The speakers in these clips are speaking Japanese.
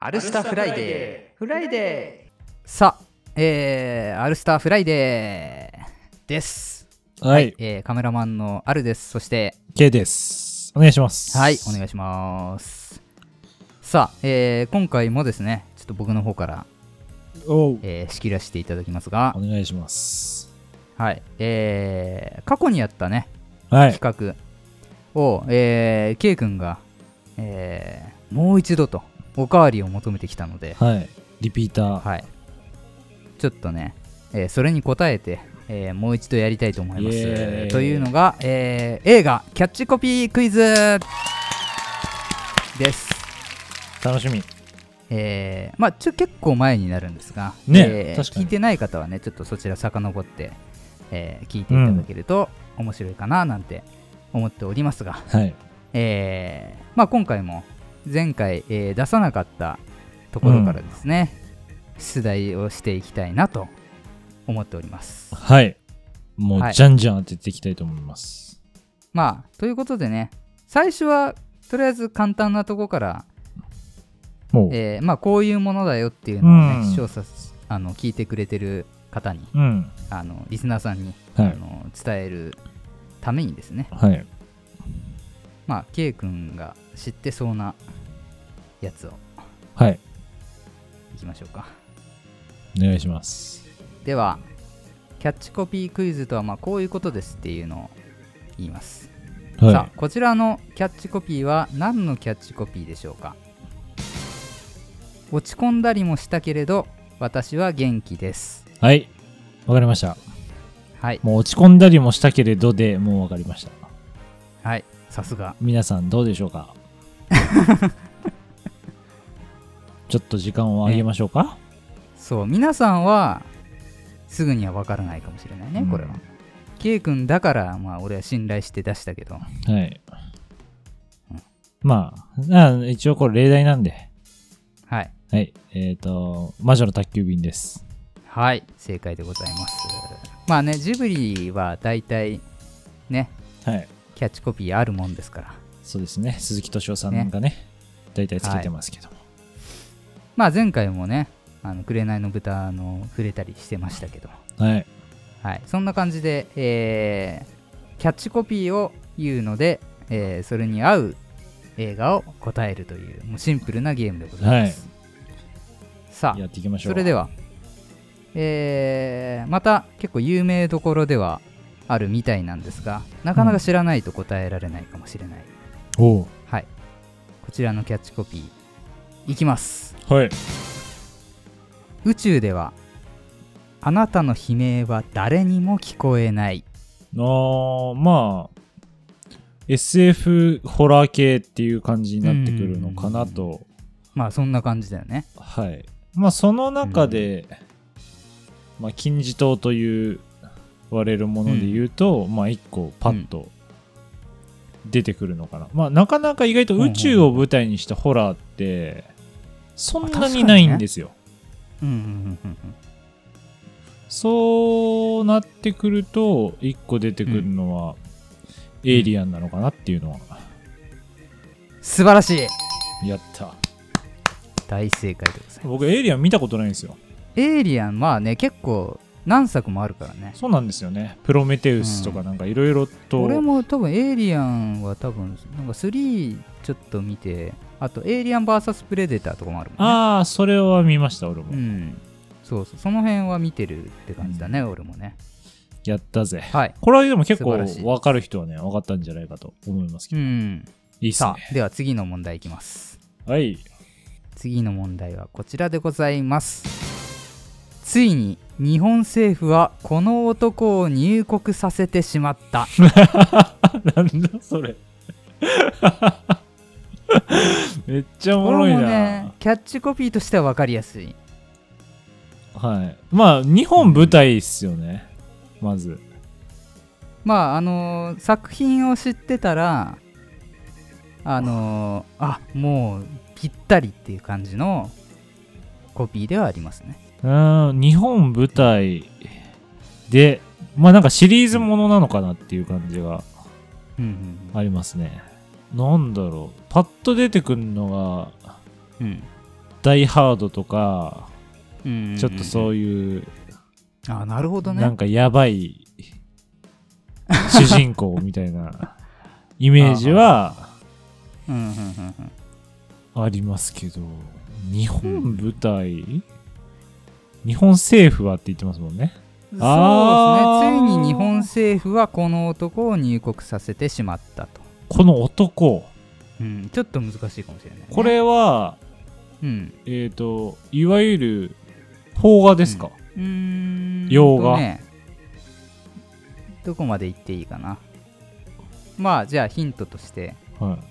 アルスターフライデー。フライデー。さあ、えー、アルスターフライデーです。はい、えー、カメラマンのアルです。そして、 K です。お願いします。はい、お願いします。さあ、えー、今回もですね、ちょっと僕の方から、おうえー仕切らせていただきますがお、願いします。はい、えー、過去にやったね、はい。企画を、えー、K 君が、えー、もう一度と、おかわりを求めてきたので、はい。リピーター。はい。ちょっとね、えーそれに応えて、えーもう一度やりたいと思いまイエーす。イというのが、えー映画キャッチコピークイズです。楽しみ。えーまあ、ちょ結構前になるんですが、ねえー確か聞にいてない方はね、ちょっとそちら遡って、えー聞いていただけると面白いかななんて思っておりますが、はい。えーまあ、今回も前回、えー出さなかったところからですね、出題をしていきたいなと思っております。はい。もう、はいじゃんじゃん当てていきたいと思います。まあ、ということでね最初はとりあえず簡単なとこから、もう、えーまあ、こういうものだよっていうのを、ねうん調査しあの聞いてくれてる方にうん。あのリスナーさんに、はあい。の伝えるためにですね、はい。まあ、K 君が知ってそうなやつをはい。いきましょうか。お願いします。ではキャッチコピークイズとはまあこういうことですっていうのを言います、さはあこちらのキャッチコピーは何のキャッチコピーでしょうか落ち込んだりもしたけれど私は元気ですい。はい。わかりました。はいもう落ち込んだりもしたけれどでもうわかりました。はいさすが皆さんどうでしょ うかちょっと時間をあげましょうか、そう皆さんはすぐには分からないかもしれないね、うんこれは K 君だからまあ俺は信頼して出したけどはい。まあ、あ一応これ例題なんで。はいはい。えっ、と、魔女の宅急便です。はい正解でございますまあねジブリは大体ねはい。キャッチコピーあるもんですから。そうですね。鈴木敏夫さんがね、大体つけてますけども。まあ前回もね、あの紅の豚の触れたりしてましたけど、はい。はい、そんな感じで、えーキャッチコピーを言うので、えーそれに合う映画を答えるという、もうシンプルなゲームでございます。さやあ、っていきましょう。それでは、えーまた結構有名どころではあるみたいなんですが、なかなか知らないと答えられないかもしれない。おはい、こちらのキャッチコピー、いきます。お。はい。宇宙ではあなたの悲鳴は誰にも聞こえないあーまあ、SF ホラー系っていう感じになってくるのかなと。まあそんな感じだよねはい。まあ、その中で、まあ、金字塔という割れるもので言うと、まあ、一個パッと出てくるのかな。まあ、なかなか意外と宇宙を舞台にしたホラーって、そんなにないんですよ。うんうんうんうんそうなってくると、一個出てくるのは、エイリアンなのかなっていうのは、素晴らしいやった。大正解でございま僕、エイリアン見たことないんですよ。すエイリアンまあね結構何作もあるからねそうなんですよね。プロメテウスとかなんかいろいろと。俺も多分エイリアンは多分なんか3ちょっと見てあとエイリアン VS プレデターとかもあるもんねああ、それは見ました、俺も。うんそうそうその辺は見てるって感じだね、俺もねやったぜ。はいこれはでも結構素晴らしい分かる人はね、分かったんじゃないかと思いますけうど。んいいっすさね。あでは次の問題いきますはい。 次の問題はこちらでございますついに日本政府はこの男を入国させてしまったなんだそれ。 めっちゃおもころいれもな。ねキャッチコピーとしては分かりやすいはい。まあ、日本舞台っすよね。まず。まああのー作品を知ってたらあのーあもうぴったりっていう感じのコピーではありますねうーん、日本舞台で、まあなんかシリーズものなのかなっていう感じがうんうんうんありますね。なんだろう。パッと出てくるのが、うんダイ・ハードとか、うんちょっとそういいう、うんあなるほどねなんかやばい主人公みたい なイメージはうんうんうんうんありますけど、日本舞台、日本政府はって言ってますもんね。そあうーですねついに日本政府はこの男を入国させてしまったと、この男、うん、ちょっと難しいかもしれないね、これは、うんえっ、と、いわゆる邦画ですか、うーん洋画とねどこまで行っていいかなまあじゃあヒントとしてはい。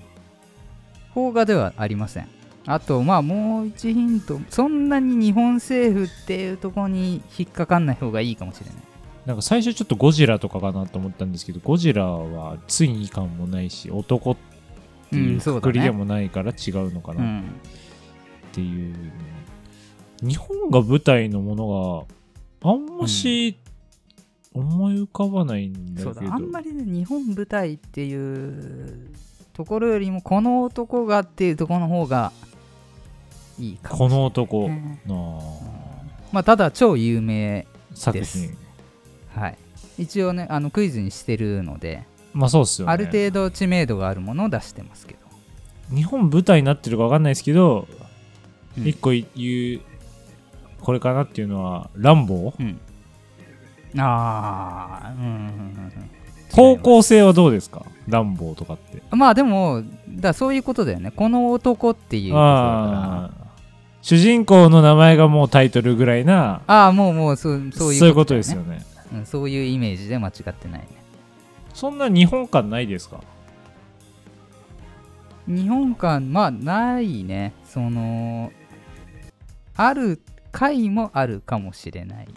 邦画ではありませんあとまあもう一ヒントそんなに日本政府っていうところに引っかかんない方がいいかもしれないなんか最初ちょっとゴジラとかかなと思ったんですけど、ゴジラはついに感もないし、男っていううんそうだねくくりでもないから違うのかうなっんていう。日本が舞台のものがあんまし思い浮かばないんだけそど。うだあんまりね日本舞台っていうところよりもこの男がっていうところの方がいいかもこの男ねのまあただ超有名作です品。はい一応ねあのクイズにしてるので、まあそうっすよね。ある程度知名度があるものを出してますけど日本舞台になってるかわかんないですけど、うん一個言う、これかなっていうのは、ランボーうんああうんうんうん方向性はどうですかランボーとかって。うんまあでもだそういうことだよねこの男っていうことだからああ主人公の名前がもうタイトルぐらいなああもうもうそうそそうういいううことですだよねねうんそういうイメージで間違ってないねそんな日本感ないですか日本感まあないねそのある回もあるかもしれない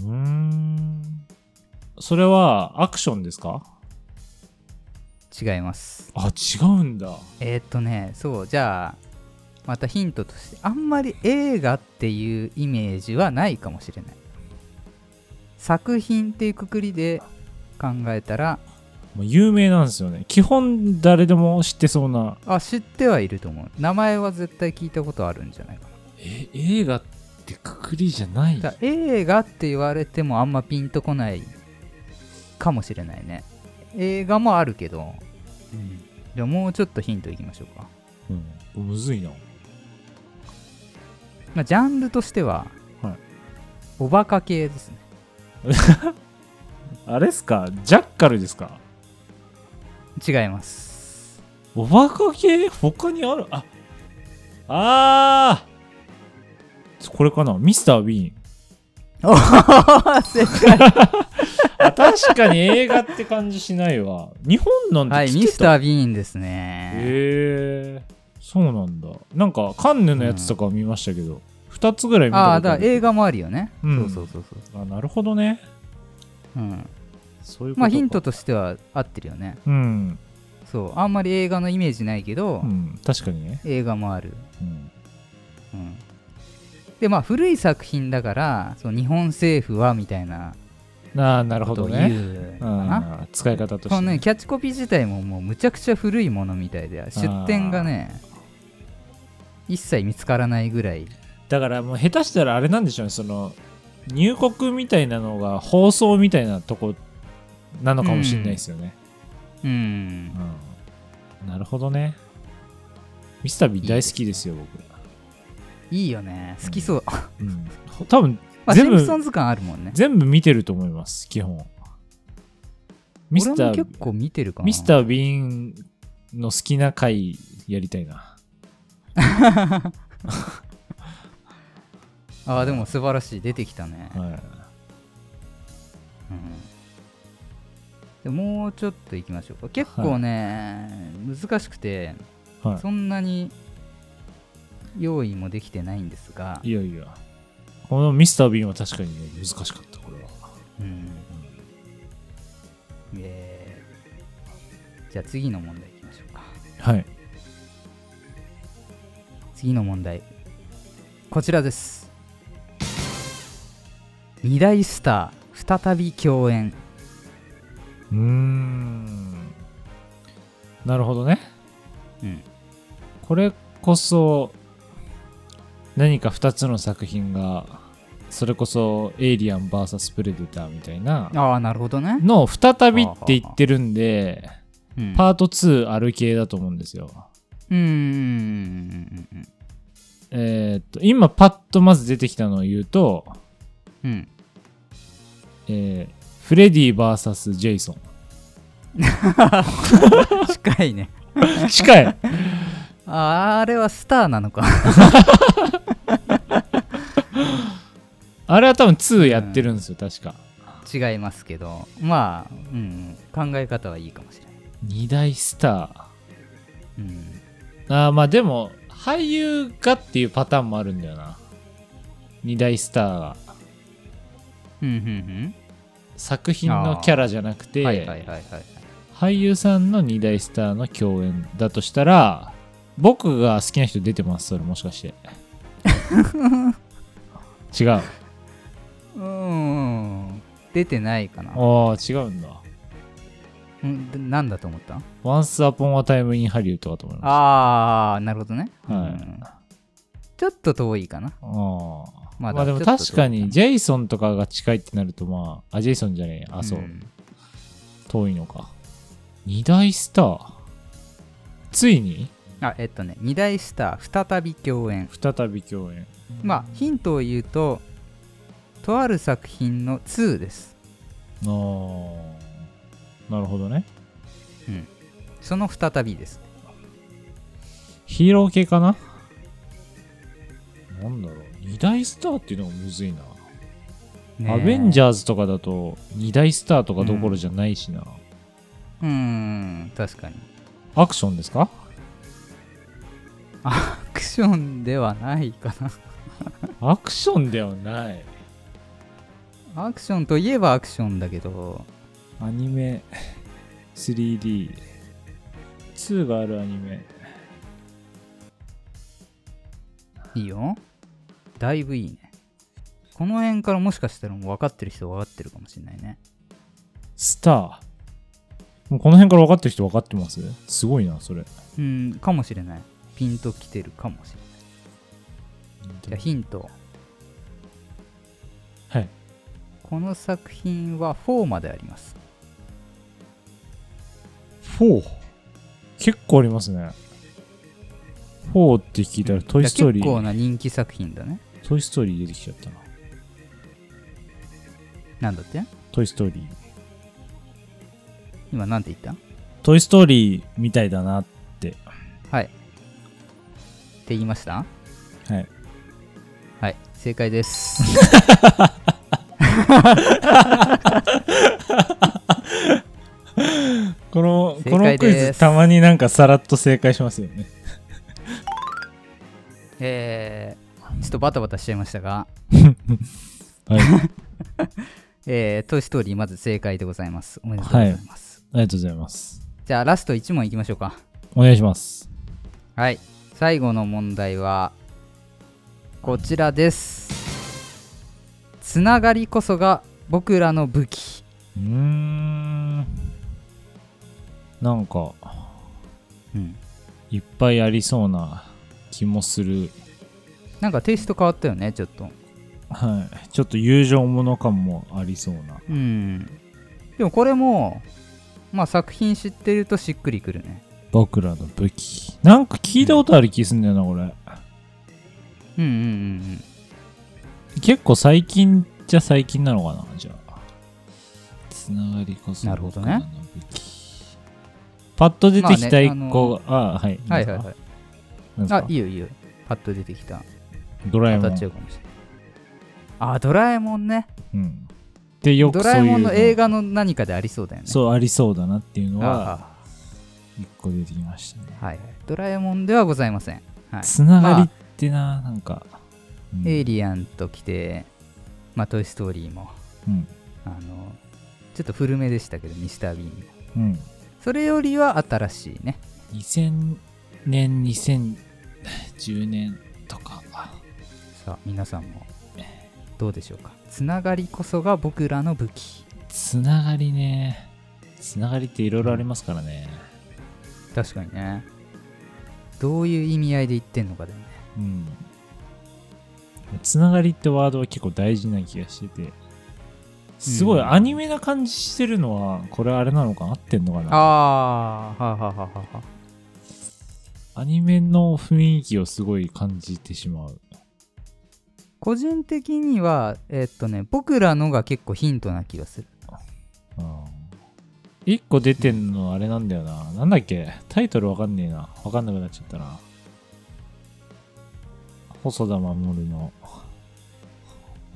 うーんそれはアクションですか違いますあ違うんだえーっとねそうじゃあまたヒントとしてあんまり映画っていうイメージはないかもしれない作品っていうくくりで考えたらもう有名なんですよね基本誰でも知ってそうなあ知ってはいると思う名前は絶対聞いたことあるんじゃないかなえ映画ってくくりじゃないだ映画って言われてもあんまピンとこないかもしれないね映画もあるけど、じゃあもうちょっとヒントいきましょうか、うん、むずいなまあ、ジャンルとしては、はいおバカ系ですねあれっすかジャッカルですか違いますおバカ系他にあるああーこれかなミスター・ウィーンおー正解 あ確かに映画って感じしないわ。日本なはんいてミ来てスた、タへー・ビーンですね、えそうなんだ。なんかカンヌのやつとかは見ましたけど、二2つぐらい見たことあああるだから映画もあるよね、うんそうそうそうそうあなるほどね。うん、そういうことかまあヒントとしては合ってるよねうん、そうあんまり映画のイメージないけど、うん、確かにね。映画もあるうんうんでまあ古い作品だからそう日本政府はみたいなああ、なるほことどを言ね。ううかな。ん、使い方としてこのね、ね、キャッチコピー自体ももうむちゃくちゃ古いものみたいで出典がね一切見つからないぐらいだからもう下手したらあれなんでしょうね、その入国みたいなのが放送みたいなとこなのかもしれないですよね。うんうん、なるほどね。ミスター・ビーン大好きですよ、僕。いいよね好きそう、うん、多分まあ、シン全プソン部ズ感あるもんね全部見てると思います基本ミス俺タもー結構見てるかなミスター・ビーンの好きな回やりたいなああでも素晴らしい出てきたね、はいうん、でもうちょっといきましょうか結構ね、難しくてはそんなに用意もできてないんですがい、、いやいやこのミスター・ビーンは確かに、ね、難しかったこれはうんえーじゃあ次の問題いきましょうかはい次の問題こちらです二大スター再び共演うーんなるほどねうんこれこそ何か2つの作品がそれこそ「エイリアン VS プレデター」みたいなああなるほどね、の再びって言ってるんでうん、パート2ある系だと思うんですよ。うーんえーっと今パッとまず出てきたのを言うと、うんうんえーフレディ VS ジェイソン近いね近 いああれはスターなのか あれは多分2やってるんですよ、確か違いますけどまあ、うんうん、考え方はいいかもしれない、 2大スタうん、ーあーまあでも俳優がっていうパターンもあるんだよな2大スターがうんうん作品のキャラじゃなくうて、んはいはいはいはい俳優さんの2大スターの共演だとしたら僕が好きな人出てますそれもし かして違ううーん出てないかなああ違うんだうんでなんだと思った Once Upon a Time in Hollywood かと思いまああなるほどね、すはいうんちょっと遠いかなああままあ、だでもちょっと確か遠いかになジェイソンとかが近いってなるとまああジェイソンじゃねえあそう、ん遠いのか二大スターついにあえっとね二大スター再び共演再び共演まあヒントを言うととある作品の2ですあーなるほどねその再びですヒーロー系かななんだろう二大スターっていうのがむずいな、アベンジャーャーズとかだと二大スターとかどころじゃないしな、うーん確かにアクションですかアクションではないかアクションではないなアクションといえばアクションだけどアニメ 3D2 があるアニメいいよだいぶいいねこの辺からもしかしたらもう分かってる人は分かってるかもしれないねスターもうこの辺から分かってる人分かってますすごいなそれうんかもしれないピンときてるかもしれないじゃあヒントはいこの作品は4まであります4結構ありますね4って聞いたら「トイ・ストーリー」結構な人気作品だねトイ・ストーリー」出てきちゃったななんだって「トイ・ストーリー」今なんて言っ「トイ・ストーリー」みたいだなってたはいって言いましたはいはい正解です この正解ですまになんかさらっと正解しますよねえー、ちょっとバタバタしちゃいましたが はいえー、トイ・ストーリーまず正解でございますおめでとうございます、ありがとうございますじゃあラスト1問いきましょうかお願いしますはい最後の問題はこちらですつながりこそが僕らの武器うーんなんかうんいっぱいありそうな気もする、なんかテイスト変わったよねちょっとはい、ちょっと友情もの感もありそうなうんでもこれもまあ作品知ってるとしっくりくるね僕らの武器なんか聞いたことある気すんだよなこれうんうんうん結構最近じゃ最近なのかなじゃあつながりこそなるほどね僕らの武器パッと出てきた一個が、あはいうんはいはいはいなんですかあいいよいいよパッと出てきたドラえ当もたんっちゃうかもしれないあドラえもんねうん、でよくドそうラいえうもんの映画の何かでありそうだよねそうありそうだなっていうのはあ一個出てきましたねあはいはいドラえもんではございません、はい、つながまりあってな、なんか、うんエイリアンと来て、まあ、トイ・ストーリーも、うんあの、ちょっと古めでしたけど、ミスター・ビーンも。うん、それよりは新しいね。 2000年2010年とかさあ、皆さんも、どうでしょうか。つながりこそが僕らの武器。つながりねつながりっていろいろありますからね確かにね。どういう意味合いで言ってんのかだよね。うんつながりってワードは結構大事な気がしててすごいうんアニメな感じしてるのはこれあれなのかな合ってんのかあなあはあはあはあはあアニメの雰囲気をすごい感じてしまう個人的にはえっとね僕らのが結構ヒントな気がするうん一個出てんのあれなんだよななんだっけタイトルわかんねえなわかんなくなっちゃったな細田守の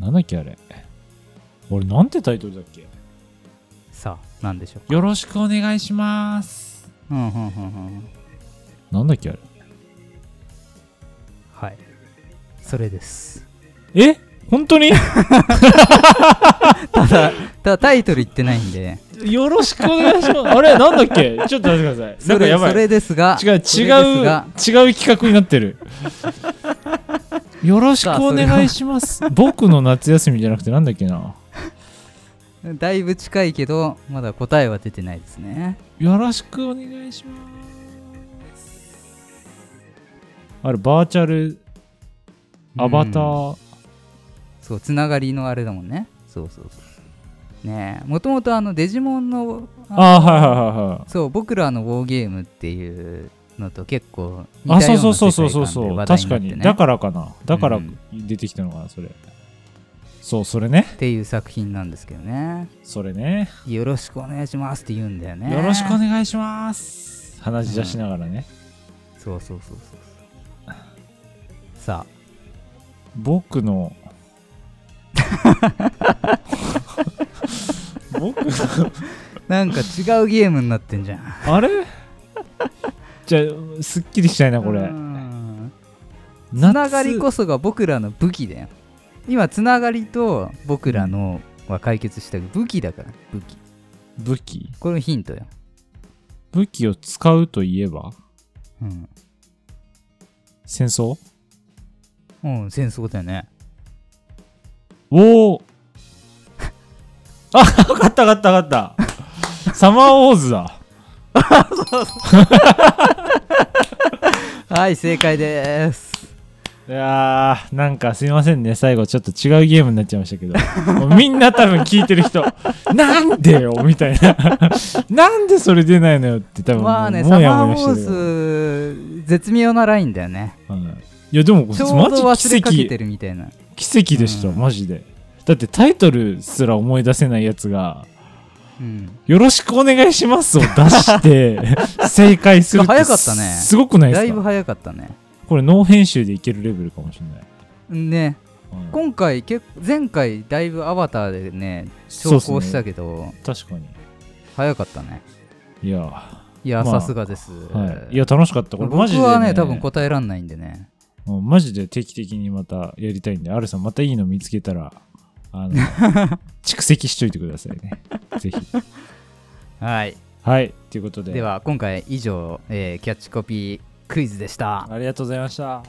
なんだっけあれ俺なんてタイトルだっけさあなんでしょうよろしくお願いしますうんうんうんうんなんだっけあれはいそれですえ本当にただただタイトル言ってないんで よろしくお願いします あれなんだっけちょっと待ってくださいなそんかれやばいそれですが違う違う違それうですが企画になってる よろしくお願いします僕の夏休みじゃなくてなんだっけなだいぶ近いけどまだ答えは出てないですねよろしくお願いしますあれバーチャルアバタうんーそうつながりのあれだもんねそうそうそうねえもともとあのデジモンのあのああはいはいはいはいそう僕らのウォーゲームっていうのと結構似あたそよううなそうそ世うそう界そ観うでそう、話題にな確かってにねだからかなだからうん出てきたのかなそれ、そうそれねっていう作品なんですけどねそれねよろしくお願いしますって言うんだよねよろしくお願いします話し出しながらね、そうそうそうそうそうさあ 僕の僕なんか違うゲームになってんじゃんあれじゃあすっきりしたいなこれうん夏つながりこそが僕らの武器だよ今つながりと僕らのは解決したけど武器だから武器武器これヒントよ、武器を使うといえばうん、戦争うん戦争だよね おおあ分かった分かった分かったサマーウォーズだはい正解ですいやーなんかすいませんね最後ちょっと違うゲームになっちゃいましたけどもうみんな多分聞いてる人 なんでよみたいな なんでそれ出ないのよって多分まあねもサうやマもーやウしォてーるズよ絶妙なラインだよねはいいやでもマちょうどジ忘れかけ奇てるみたいな跡奇跡でした、うんマジでだってタイトルすら思い出せないやつがうん「よろしくお願いします」を出して 正解する早かったねすごくないでだすいぶか早かったねこれノー編集でいけるレベルかもしれない、ねうん今回結構前回だいぶアバターでねそう調っすね校したけど、確かに早かったねいやーいやまあさすがです、はい、いや楽しかったこれ僕マジで、はね多分答えらんないんでねうんマジで定期的にまたやりたいんで R さんまたいいの見つけたら あの蓄積しといてくださいねぜひはいはいということででは今回以上、えーキャッチコピークイズでしたありがとうございました